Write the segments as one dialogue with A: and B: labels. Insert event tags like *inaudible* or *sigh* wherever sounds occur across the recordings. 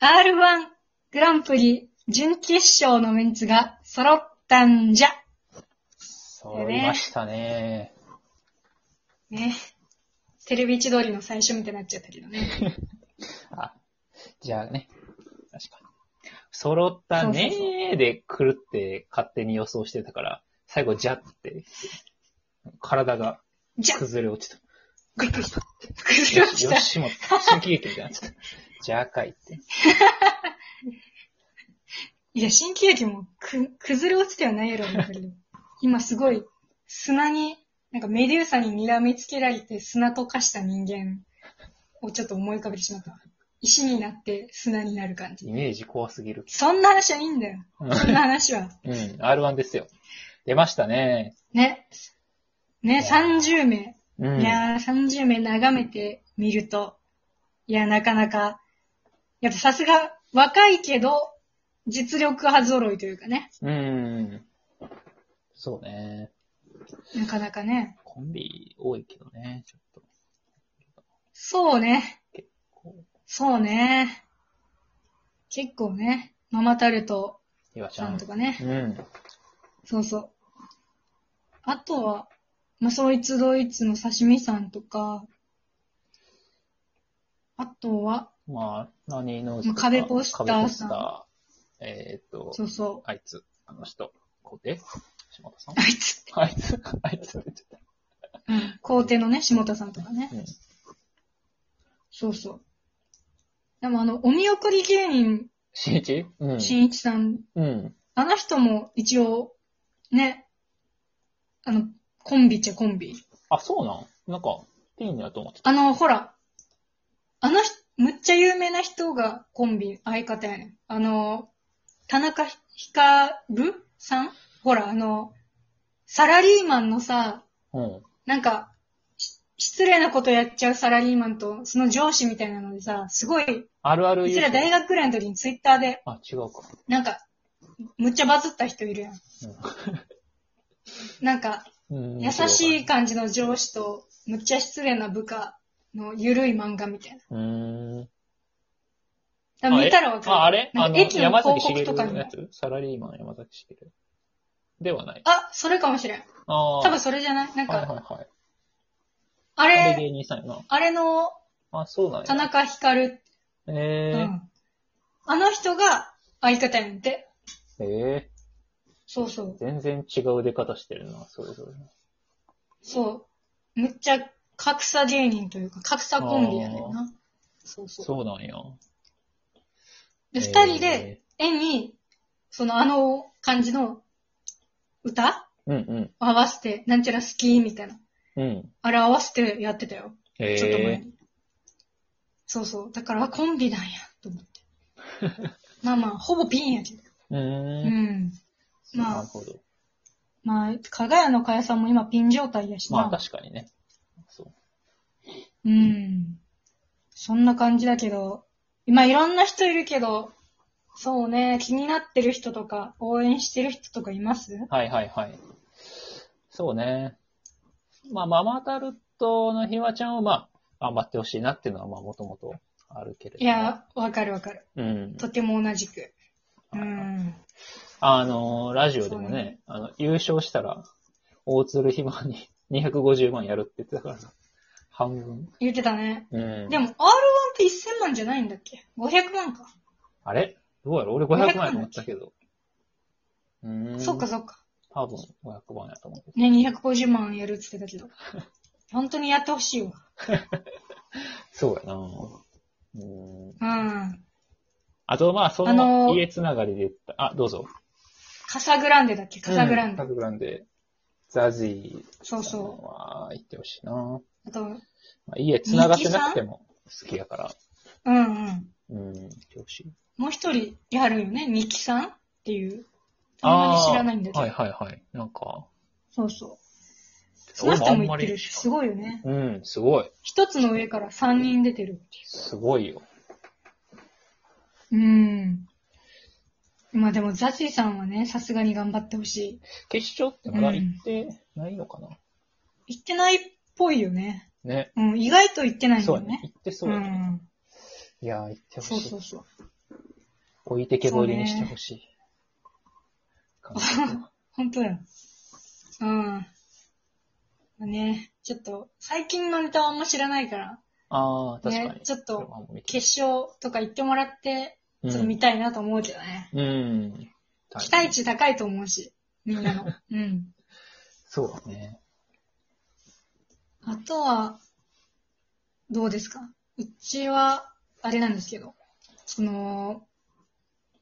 A: R1 グランプリ準決勝のメンツが揃ったんじゃ。
B: そういましたね。
A: ね。テレビ千鳥の最初みたいになっちゃったけどね。
B: *laughs* あ、じゃあね。確かに。揃ったね
A: そうそう
B: ーで来るって勝手に予想してたから、最後じゃって、体が
A: じゃ
B: 崩れ落ちた。
A: びっくりした。崩
B: よ
A: れま
B: し、
A: し
B: よ
A: た。
B: しも、新喜劇みたいになっちゃった。じゃあかいって。
A: いや、新喜劇もく、崩れ落ちてはないやろ、やっぱり。今すごい、砂に、なんかメデューサに睨みつけられて砂と化した人間をちょっと思い浮かべてしまった。石になって砂になる感じ。
B: イメージ怖すぎる。
A: そんな話はいいんだよ。
B: うん、
A: そんな話は。
B: R1 ですよ。出ましたね。
A: ね。ね、
B: いやー
A: 30名。
B: うん
A: い。やー、30名眺めてみると、いや、なかなか、やっぱさすが、若いけど、実力派揃いというかね。
B: うん。そうね。
A: なかなかね。
B: コンビ多いけどね、ちょっと。
A: そうね。
B: こう
A: そうね。結構ね。ママタルト
B: いわちゃ
A: さ
B: ん
A: んと。かね。
B: うん。
A: そうそう。あとは、まあ、そいつドイツの刺身さんとか、あとは、
B: まあ、何の
A: まあ壁ポスターさん
B: 壁ポスター。えーっと、
A: そうそう。
B: あいつ、あの人、こうで、島
A: *laughs*
B: 田さん
A: あいつ。
B: あいつ、あいつって言っちゃっ
A: うん。皇帝のね、下田さんとかね
B: た。。うん。
A: そうそう。でもあの、お見送り芸人、
B: しんいちうん。
A: しんいちさん、
B: うん。
A: あの人も一応、ね、あの、コンビっちゃコンビ。
B: あ、そうなんなんか、ピンやと思ってた。
A: あの、ほら、あの人、むっちゃ有名な人がコンビ、相方やねん。あの、田中ひかるさんほら、あの、サラリーマンのさ、
B: うん。
A: なんか、し失礼なことやっちゃうサラリーマンと、その上司みたいなのでさ、すごい、
B: あるある
A: うちら大
B: 学
A: 学くらいの時にツイッターで、
B: あ、違うか。
A: なんか、むっちゃバズった人いるやん。なんか、
B: うん。
A: 優しい感じの上司と、むっちゃ失礼な部下のゆるい漫画みたいな。
B: うーん。
A: だから見たらわかる。
B: あ、あれ
A: な
B: あ
A: ん
B: の、
A: か駅の
B: 山
A: 広
B: 崎
A: 告
B: 茂
A: とかに
B: の
A: も
B: や。つサラリーマン山崎茂ではない。
A: あ、それかもしれん。
B: ああ。
A: 多分それじゃないなん
B: はい
A: か、
B: はいはい。
A: あ
B: あれ
A: れ、
B: 芸人さんやな。
A: あれの
B: あ、そうなんや。
A: 田中ひかる、う
B: え
A: ん。あの人が相方やねんて。
B: え。ええ。
A: そうそう。
B: 全然違う出方してるな、それぞれ。
A: そう。むっちゃ格差芸人というか、格差コンビやねんな。そうそう。
B: そうなんや。
A: で、
B: えー
A: 二人で、絵に、そのあの感じの歌
B: うん
A: 合わせて、なんちゃら好きみたいな。
B: うん。うん。
A: あれ合わせてやってたよ。
B: え
A: ちょっと前
B: え。
A: に。そうそう。だからあコンビなんや、と
B: *laughs*
A: 思って。まあまあ、ほぼピンやけど。
B: うー。
A: うんん。まあ
B: なるほど。
A: まあ、かがやのかやさんも今ピン状態やしな。
B: まあ確かにね。そう。
A: うん。そんな感じだけど、今いろんな人いるけど、そうね、気になってる人とか、応援してる人とかいます
B: はいはいはい。そうね。まあ、ママタルトのひわちゃんを、まあ、頑張ってほしいなっていうのは、まあ、もともとあるけれ
A: い
B: ども。、
A: や、わかるわかる。
B: うん。
A: とても同じく。うん。
B: あの、ラジオでも
A: そう
B: ね
A: ね、
B: あの、優勝したら、大鶴ひまに *laughs* 250万やるって言ってたからさ。半分。
A: 言ってたね。
B: うん。
A: でも、R1 って1000万じゃないんだっけ ?500 万か。
B: あれどうやろ俺500万やと思ったけど。うーん。
A: そっかそっか。
B: 多分500万やと思うけど。
A: ね、250万やるって言ってたけ
B: *laughs*
A: ど。本当にやってほしいわ。
B: そうやなうん。
A: うん。
B: あと、まあ、そ
A: あの
B: の、家つながりで言った、あ、どうぞ。
A: カサグランデだっけカサグランデ。
B: カサグランデ。ザジー。。
A: そうそう
B: 行ってほしいな。ま
A: あと、うん
B: あ、家繋がってなくても好きやから。
A: うん。
B: うん、行ってほしい。
A: もう一人やるよね。ニキさんっていう。あんまり知らないんだけど。
B: はいはいはい。なんか、
A: そうそう。その人も言ってるし、すごいよね。
B: うん、すごい。
A: 一つの上から三人出てるってい
B: すごいよ。
A: う。うん。まあでも、ザジーさんはね、さすがに頑張ってほし
B: 決勝ってまだ行ってないのかな、
A: い。行ってないっぽいよね。
B: ね。
A: うん、意外と行ってないんだ
B: そう
A: よ
B: やね。
A: ね。
B: 行ってそうやね。
A: ん。
B: いやー、行ってほしい。
A: そうそうそう。
B: 置いてけぼりにして
A: *laughs*
B: ほしい。感覚は
A: 本当だよ。うん。まあね、ちょっと、最近のネタはあんま知らないから、
B: ああ、確かに。
A: ね、ちょっ
B: それ
A: と、
B: はもう見て
A: 決勝とか行ってもらって、
B: う
A: ちょっと見たいなと思うけどね。
B: ん。うん。
A: 期待値高いと思うし、みんな
B: *laughs*
A: の。うん。
B: そうだね。
A: あとは、どうですかうちは、あれなんですけど、その、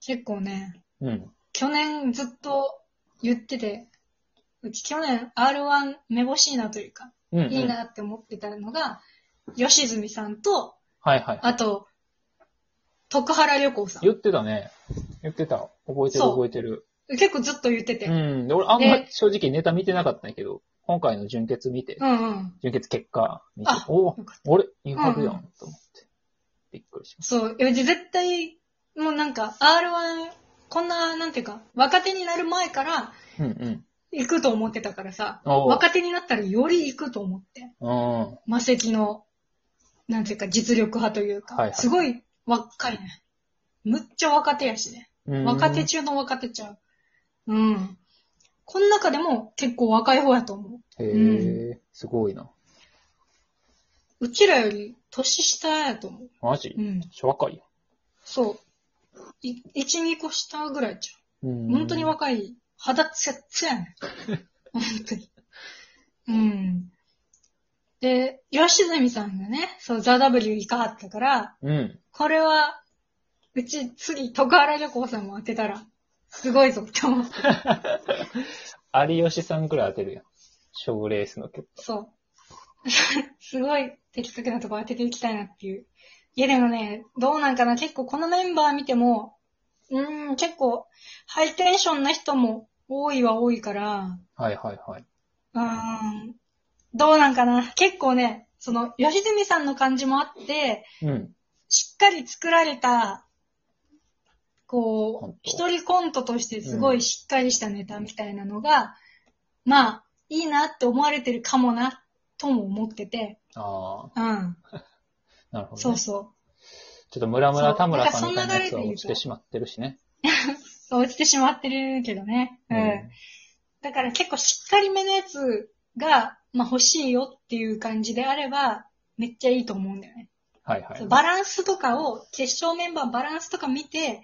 A: 結構ね、
B: うん。
A: 去年ずっと言ってて、うち去年 R1 めぼしいなというか、
B: うん、うん。
A: いいなって思ってたのが、吉住さんと、
B: はいはい。
A: あと、徳原旅行さん。
B: 言ってたね。言ってた。覚えてる
A: そう
B: 覚えてる。
A: 結構ずっと言ってて。
B: うん。で、俺あんま正直ネタ見てなかったんやけど、今回の純潔見て、
A: うんうん。
B: 純潔結果見て
A: あ、
B: お
A: よかっ
B: 俺、違白や、
A: うん
B: と思って。びっくりしまし
A: そう。いやうち絶対、もうなんか R1、こんな、なんていうか、若手になる前から、
B: た。うんうん。
A: 行くと思ってたからさ、
B: おう
A: 若手になったらより行くと思って、
B: うん。
A: 魔石の、なんていうか実力派というか、
B: はいはい
A: すごい若いね。むっちゃ若手やしね。
B: うん
A: 若手中の若手ちゃう。うん。この中でも結構若い方やと思
B: へえ、すごいな。
A: う。うちらより年下やと思う。
B: マジ
A: うん。
B: 小若いや
A: そう。い、1、2個下ぐらいちゃう。
B: うん
A: 本当に若い。肌ツヤツヤね。本当に。うん。で、吉住さんがね、そう、ザ・ W 行かはったから、
B: うん。
A: これは、うち次、徳原旅行さんも当てたら、すごいぞって思う。
B: 有吉さんくらい当てるやん。賞レースの結
A: そう。 *laughs* すごい的確なとこ当てていきたいなっていう。いやでもね、どうなんかな結構このメンバー見ても、うーん、結構、ハイテンションな人も多いは多いから、
B: 果。はいはいはい。
A: うーん、どうなんかな結構ね、その、吉住さんの感じもあって、
B: うん。
A: しっかり作られた、
B: コ
A: こ
B: ント
A: う、一人コントとしてすごいしっかりしたネタみたいなのが、まあ、いいなって思われてるかもな、とも思ってて、
B: あ
A: うん、
B: あ、なるほど、ね。
A: そうそう。
B: ちょっと村村
A: そう
B: 田村さんみたいなや
A: そんな流れ
B: つ
A: で
B: は
A: 言うと
B: 落ちてしまってるしね。
A: そう落ちてしまってるけどね。うん。だから結構しっかりめのやつが、まあ欲しいよっていう感じであれば、めっちゃいいと思うんだよね。
B: はいは
A: そう
B: い。
A: バランスとかを、決勝メンバーのバランスとか見て、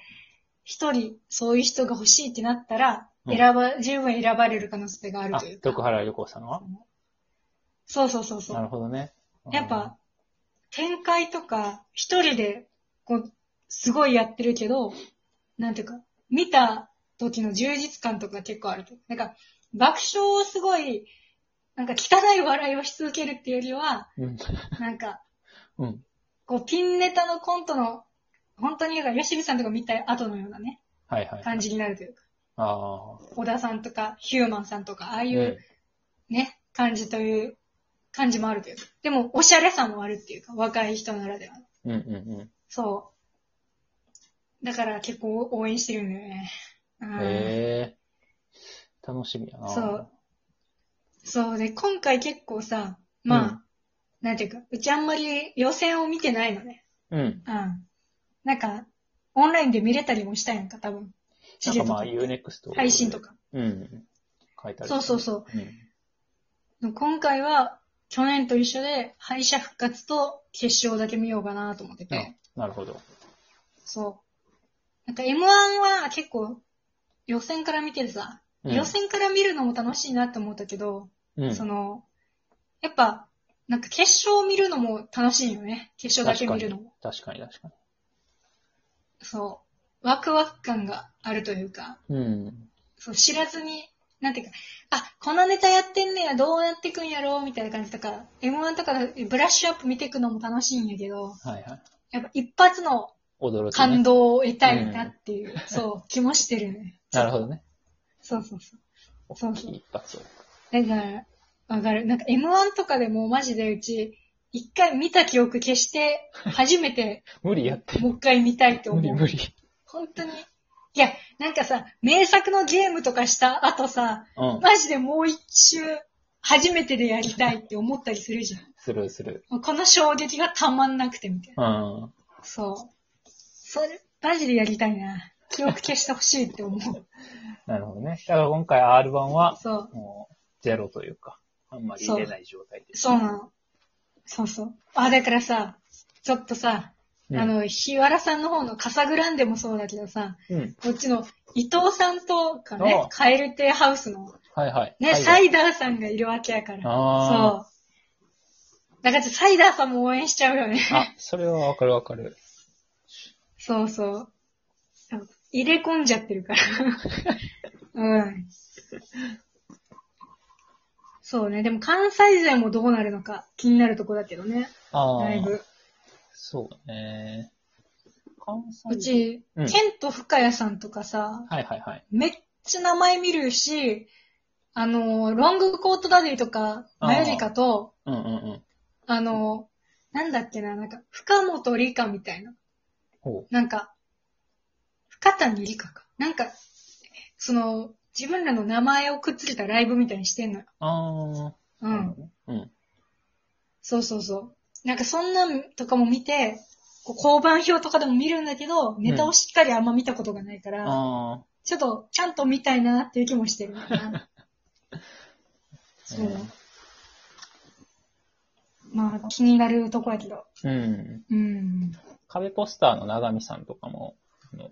A: 一人そういう人が欲しいってなったら、
B: うん
A: 選ば、十分選ばれる可能性がある
B: あ
A: という、か。
B: 徳原旅行さんは
A: そうそうそうそ
B: なる
A: う。
B: ほどね。うん
A: やっぱ、、展開とか、一人で、こう、すごいやってるけど、なんていうか、見た時の充実感とか結構あると。なんか、爆笑をすごい、なんか汚い笑いをし続けるっていうよりは、
B: うん。 *laughs*
A: なんか、
B: うん。
A: こう、ピンネタのコントの、本当になんか、吉見さんとか見た後のようなね、
B: はいはい。
A: 感じになるというか、
B: ああ。
A: 小田さんとか、ヒューマンさんとか、ああい
B: うん
A: うね、感じという、感じもあるというか、でも、おしゃれさもあるっていうか、若い人ならではの。
B: うんうん
A: そう。だから結構応援してるんだよね。う
B: うんん。へえ。楽しみやな。
A: そう。そうで、今回結構さ、まあ、
B: うん
A: なんていうか、うちあんまり予選を見てないのね。
B: うん。
A: うん。なんか、オンラインで見れたりもしたいのか、多分。
B: な
A: 地上
B: んか
A: と
B: ま
A: か
B: あ、UNEXT。
A: 配信と。か。
B: うん。書いてある。
A: そうそうそう
B: うん。
A: 今回は、去年と一緒で、敗者復活と決勝だけ見ようかなと思ってて。
B: あなるほど。
A: そう。なんか M1 は結構、予選から見てるさ、
B: うん
A: 予選から見るのも楽しいなって思ったけど、
B: うん。
A: その、やっぱ、なんか決勝を見るのも楽しいよね。決勝だけ見るのも。
B: 確かに確か
A: そう。ワクワク感があるというか、
B: に。うん。
A: そう知らずに、なんていうか、あ、このネタやってんねや、どうなってくんやろう、みたいな感じとか、M1 とかでブラッシュアップ見ていくのも楽しいんやけど、
B: はいはい。
A: やっぱ一発の
B: 驚き。
A: 感
B: 動。
A: 動を得たいなっていう、そう、気もしてるね。
B: なるほどね。
A: そうそうそう。そうそう
B: 大きい一発を。
A: だから、わかる。なんか M1 とかでもマジでうち、一回見た記憶消して、初めて
B: 無理やって。
A: もう一回見たいと思
B: 無理
A: う。
B: 無理。
A: 本当に。いや、なんかさ、名作のゲームとかした後さ、
B: うん。
A: マジでもう一周、初めてでやりたいって思ったりするじゃん。
B: するする。
A: もうこの衝撃がたまんなくてみたいな。
B: うん。
A: そう。それ、マジでやりたいな。記憶消してほしいって思う。
B: なるほどね。だから今回 R 版は、
A: そう。
B: もう、ゼロというか、あんまり入れない状態で。
A: そうなの。そうそう。あ、だからさ、ちょっとさ、
B: うん
A: あ、の、日原さんの方のカサグランデもそうだけどさ、
B: うん。
A: こっちの伊藤さんとかね
B: お、
A: カエル亭ハウスの
B: はいはい。
A: ね、
B: はい
A: サイダーさんがいるわけやから。
B: あー
A: そう。だからちょっとサイダーさんも応援しちゃうよね。
B: あ、それはわかるわかる。
A: そうそう。入れ込んじゃってる
B: *laughs*
A: から。うん。そうね。でも関西勢もどうなるのか気になるとこだけどね。
B: ああ
A: だ、いぶ。
B: そうね。関
A: う
B: 西。
A: ち、
B: うん
A: ケント深谷さんとかさ、
B: はいはいはい。
A: めっちゃ名前見るし、あの、ロングコートダディとか、マユリカと、
B: うんうんうん。
A: あの、なんだっけな、なんか、深本理香みたいな。
B: ほ
A: なんか、深谷理香か。なんか、その、自分らの名前をくっつけたライブみたいにしてんのよ。
B: う。ああ。
A: う
B: なる
A: ん
B: ほ。どね。うん。
A: そうそうそう。なんかそんなんとかも見て、こう交番表とかでも見るんだけど、ネタをしっかりあんま見たことがないから、
B: あ
A: ちょっとちゃんと見たいなっていう気もして *laughs* るな。そう。
B: うん
A: まあ気になるとこやけど。
B: あ。うん。
A: うん。
B: 壁ポスターの長見さんとかも、あの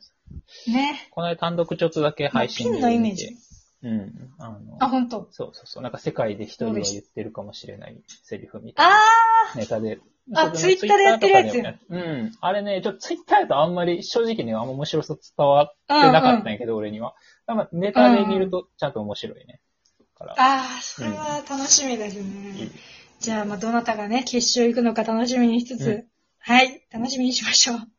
A: ね。
B: この間単独ちょっとだけ配信
A: まあ
B: で
A: ピンのイメー
B: 見て
A: ジ。
B: うん。あの、
A: あ、ほんと。
B: そうそうそう。なんか世界で一人は言ってるかもしれないセリフみたい
A: あ
B: な
A: ー
B: ネタで。
A: あ
B: そう
A: ツイッターでやってるやつ
B: ツイッターとかでもうん。あれね、ちょっとツイッターだとあんまり正直ね、あんま面白さ伝わってなかったんやけど、俺には。でもネタで見るとちゃんと面白いね。から。
A: あー、それは楽しみです
B: いい
A: ね。じゃあ、まあ、どなたがね、決勝行くのか楽しみにしつつ、
B: うん
A: はい、楽しみにしましょう。